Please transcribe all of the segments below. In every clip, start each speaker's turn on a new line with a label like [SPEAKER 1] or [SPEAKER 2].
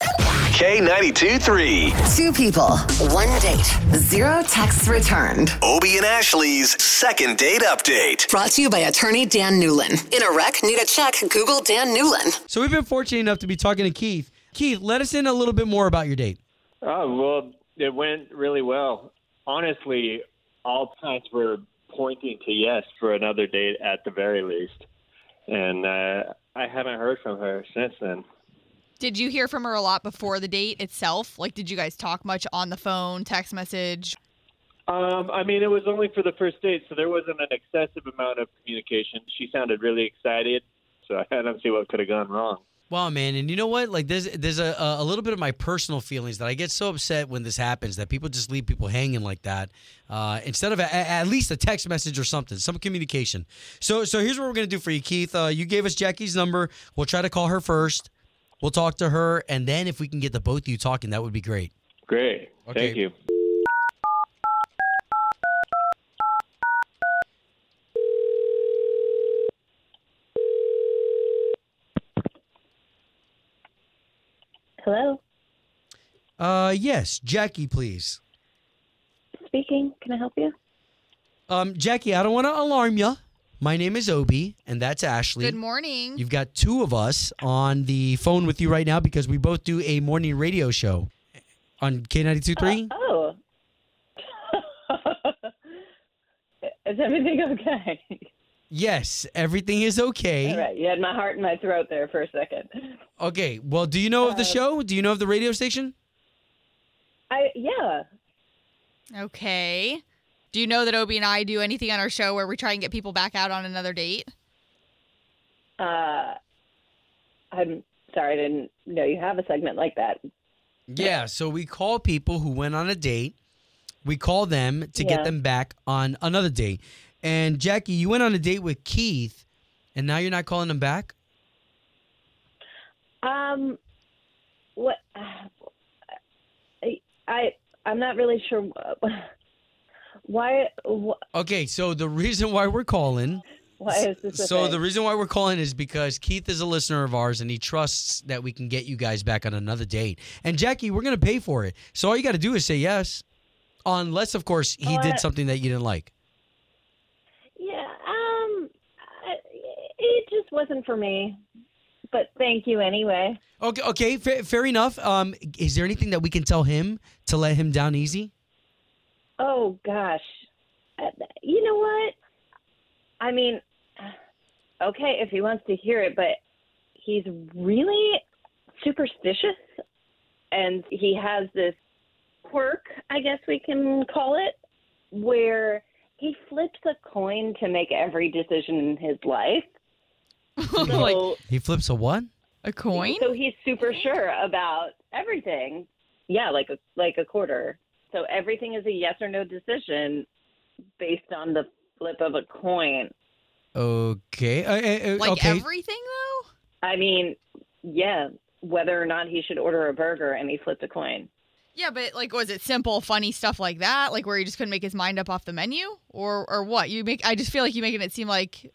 [SPEAKER 1] K92 3.
[SPEAKER 2] Two people, one date, zero texts returned.
[SPEAKER 1] Obie and Ashley's second date update.
[SPEAKER 2] Brought to you by attorney Dan Newlin. In a wreck, need a check, Google Dan Newlin.
[SPEAKER 3] So we've been fortunate enough to be talking to Keith. Keith, let us in a little bit more about your date.
[SPEAKER 4] Oh well, it went really well. Honestly, all signs were pointing to yes for another date at the very least, and uh, I haven't heard from her since then.
[SPEAKER 5] Did you hear from her a lot before the date itself? Like, did you guys talk much on the phone, text message?
[SPEAKER 4] Um, I mean, it was only for the first date, so there wasn't an excessive amount of communication. She sounded really excited, so I don't see what could have gone wrong.
[SPEAKER 3] Wow, man, and you know what? Like, there's there's a a little bit of my personal feelings that I get so upset when this happens that people just leave people hanging like that uh, instead of a, a- at least a text message or something, some communication. So so here's what we're gonna do for you, Keith. Uh, you gave us Jackie's number. We'll try to call her first. We'll talk to her, and then if we can get the both of you talking, that would be great.
[SPEAKER 4] Great,
[SPEAKER 3] Okay.
[SPEAKER 4] thank you.
[SPEAKER 6] Hello,
[SPEAKER 3] Uh, yes, Jackie, please.
[SPEAKER 6] speaking. Can I help you?
[SPEAKER 3] Um, Jackie, I don't want to alarm you. My name is Obi, and that's Ashley.
[SPEAKER 5] Good morning.
[SPEAKER 3] You've got two of us on the phone with you right now because we both do a morning radio show on K92.3.
[SPEAKER 6] Oh, is everything okay?
[SPEAKER 3] yes, everything is
[SPEAKER 6] All
[SPEAKER 3] okay.
[SPEAKER 6] right, you had my heart in my throat there for a second.
[SPEAKER 3] Okay, well, do you know
[SPEAKER 6] Uh,
[SPEAKER 3] of the show? Do you know of the radio station?
[SPEAKER 6] I yeah,
[SPEAKER 5] Okay. Do you know that Obi and I do anything on our show where we try and get people back out on another date?
[SPEAKER 6] uh, I'm sorry, I didn't know you have a segment like that.
[SPEAKER 3] Yeah, so we call people who went on a date, we call them to
[SPEAKER 6] Yeah.
[SPEAKER 3] get them back on another date. And Jackie, you went on a date with Keith, and now you're not calling him back?
[SPEAKER 6] Um, what? I, I I'm not really sure wh- why wh-
[SPEAKER 3] Okay, so the reason why we're calling
[SPEAKER 6] why is this a
[SPEAKER 3] So
[SPEAKER 6] thing?
[SPEAKER 3] the reason why we're calling is because Keith is a listener of ours and he trusts that we can get you guys back on another date. And Jackie, we're gonna pay for it. So all you gotta do is say yes. Unless, of course, he did
[SPEAKER 6] But-
[SPEAKER 3] something that you didn't like.
[SPEAKER 6] Yeah, um, I, it just wasn't for me. But thank you anyway.
[SPEAKER 3] Okay, okay, fa- fair enough. Um, is there anything that we can tell him to let him down easy?
[SPEAKER 6] Oh gosh, Uh, you know what? I mean, okay, if he wants to hear it, but he's really superstitious, and he has this quirk, I guess we can call it, where he flips a coin to make every decision in his life.
[SPEAKER 5] like
[SPEAKER 6] So-
[SPEAKER 3] He flips a what?
[SPEAKER 5] a coin?
[SPEAKER 6] So he's super sure about everything. Yeah, like a like a quarter. So everything is a yes or no decision based on the flip of a coin.
[SPEAKER 3] Okay, uh, uh, uh,
[SPEAKER 5] Like
[SPEAKER 3] okay.
[SPEAKER 5] everything though?
[SPEAKER 6] I mean, yeah, whether or not he should order a burger and he flipped a coin.
[SPEAKER 5] Yeah, but like was it simple, funny stuff like that? Like where he just couldn't make his mind up off the menu? Or or what? You make I just feel like you're making it seem like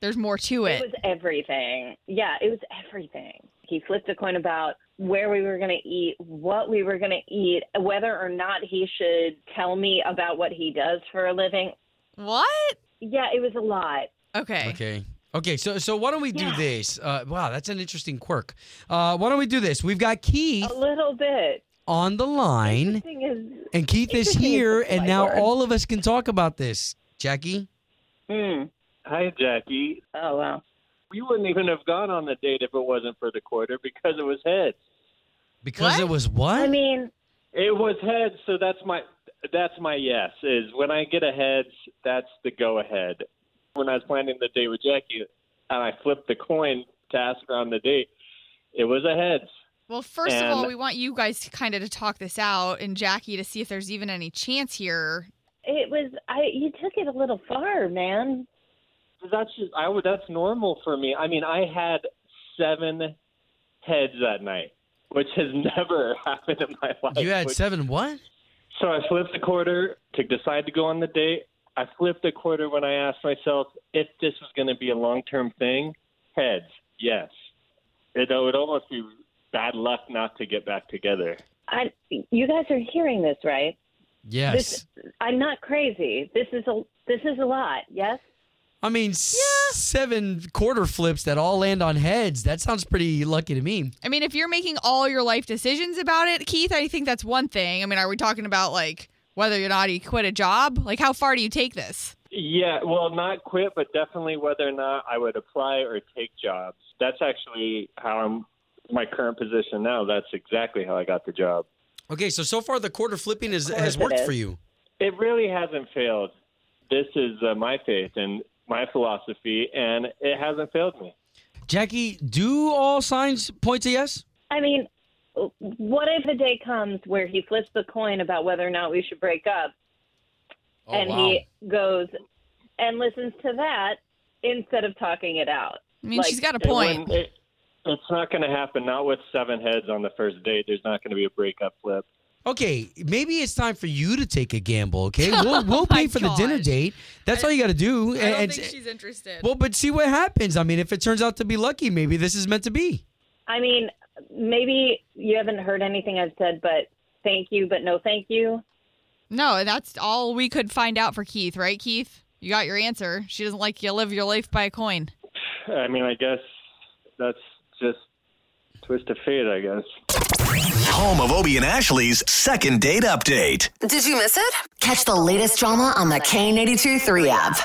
[SPEAKER 5] there's more to
[SPEAKER 6] It
[SPEAKER 5] it.
[SPEAKER 6] was everything. Yeah, it was everything. He flipped a coin about where we were going to eat, what we were going to eat, whether or not he should tell me about what he does for a living.
[SPEAKER 5] what?
[SPEAKER 6] Yeah, it was a lot.
[SPEAKER 5] Okay.
[SPEAKER 3] Okay. Okay, so so why don't we do
[SPEAKER 6] Yeah.
[SPEAKER 3] this? Uh, wow, that's an interesting quirk. Uh, why don't we do this? We've got Keith
[SPEAKER 6] A little bit.
[SPEAKER 3] on the line.
[SPEAKER 6] Thing is,
[SPEAKER 3] And Keith is
[SPEAKER 6] Interesting is
[SPEAKER 3] here,
[SPEAKER 6] the
[SPEAKER 3] and
[SPEAKER 6] right
[SPEAKER 3] now
[SPEAKER 6] word.
[SPEAKER 3] all of us can talk about this. Jackie?
[SPEAKER 6] Mm.
[SPEAKER 4] Hi, Jackie.
[SPEAKER 6] Oh wow.
[SPEAKER 4] We wouldn't even have gone on the date if it wasn't for the quarter because it was heads.
[SPEAKER 3] Because
[SPEAKER 5] What?
[SPEAKER 3] it was what?
[SPEAKER 6] I mean,
[SPEAKER 4] It was heads, so that's my that's my yes. Is when I get a heads, that's the go ahead. When I was planning the date with Jackie, and I flipped the coin to ask her on the date, it was a heads.
[SPEAKER 5] Well, first of all,
[SPEAKER 4] And-
[SPEAKER 5] we want you guys to kind of to talk this out and Jackie to see if there's even any chance here.
[SPEAKER 6] It was I. You took it a little far, man.
[SPEAKER 4] That's just I would that's normal for me. I mean, I had seven heads that night, which has never happened in my life.
[SPEAKER 3] You had
[SPEAKER 4] which-
[SPEAKER 3] seven what?
[SPEAKER 4] So I flipped a quarter to decide to go on the date. I flipped a quarter when I asked myself if this was going to be a long term thing. Heads, yes. It, it would almost be bad luck not to get back together.
[SPEAKER 6] I. You guys are hearing this, right?
[SPEAKER 3] Yes.
[SPEAKER 6] This- I'm not crazy. This is a. This is a lot. Yes.
[SPEAKER 3] I mean, s- seven quarter flips that all land on heads. That sounds pretty lucky to me.
[SPEAKER 5] I mean, if you're making all your life decisions about it, Keith, I think that's one thing. I mean, are we talking about like whether or not you quit a job? Like, how far do you take this?
[SPEAKER 4] Yeah, well, not quit, but definitely whether or not I would apply or take jobs. That's actually how I'm my current position now. That's exactly how I got the job.
[SPEAKER 3] Okay, so so far the quarter flipping is,
[SPEAKER 6] course
[SPEAKER 3] has
[SPEAKER 6] it
[SPEAKER 3] worked
[SPEAKER 6] is.
[SPEAKER 3] for you.
[SPEAKER 4] It really hasn't failed. This is uh, my faith and my philosophy, and it hasn't failed me.
[SPEAKER 3] Jackie, do all signs point to yes?
[SPEAKER 6] I mean, what if a day comes where he flips the coin about whether or not we should break up,
[SPEAKER 5] Oh,
[SPEAKER 6] and he goes and listens to that instead of talking it out?
[SPEAKER 5] I mean,
[SPEAKER 6] Like,
[SPEAKER 5] she's got a
[SPEAKER 4] It
[SPEAKER 5] point.
[SPEAKER 4] wouldn't- it- it's not going to happen. Not with seven heads on the first date. There's not going to be a breakup flip.
[SPEAKER 3] Okay, maybe it's time for you to take a gamble. Okay, we'll,
[SPEAKER 6] Oh
[SPEAKER 3] we'll pay
[SPEAKER 5] my
[SPEAKER 3] for the dinner
[SPEAKER 5] gosh.
[SPEAKER 3] date. That's all you got to do. and, and-
[SPEAKER 5] interested.
[SPEAKER 3] well, but see what happens. I mean, if it turns out to be lucky, maybe this is meant to be.
[SPEAKER 6] I mean, maybe you haven't heard anything I've said, but thank you, but no thank you.
[SPEAKER 5] no, that's all we could find out for Keith, right, Keith? You got your answer. She doesn't like you live your life by a coin.
[SPEAKER 4] I mean, I guess that's just twist of fate. I guess.
[SPEAKER 1] Home of Obie and Ashley's second date update.
[SPEAKER 2] Did you miss it? Catch the latest drama on the K82 3 app.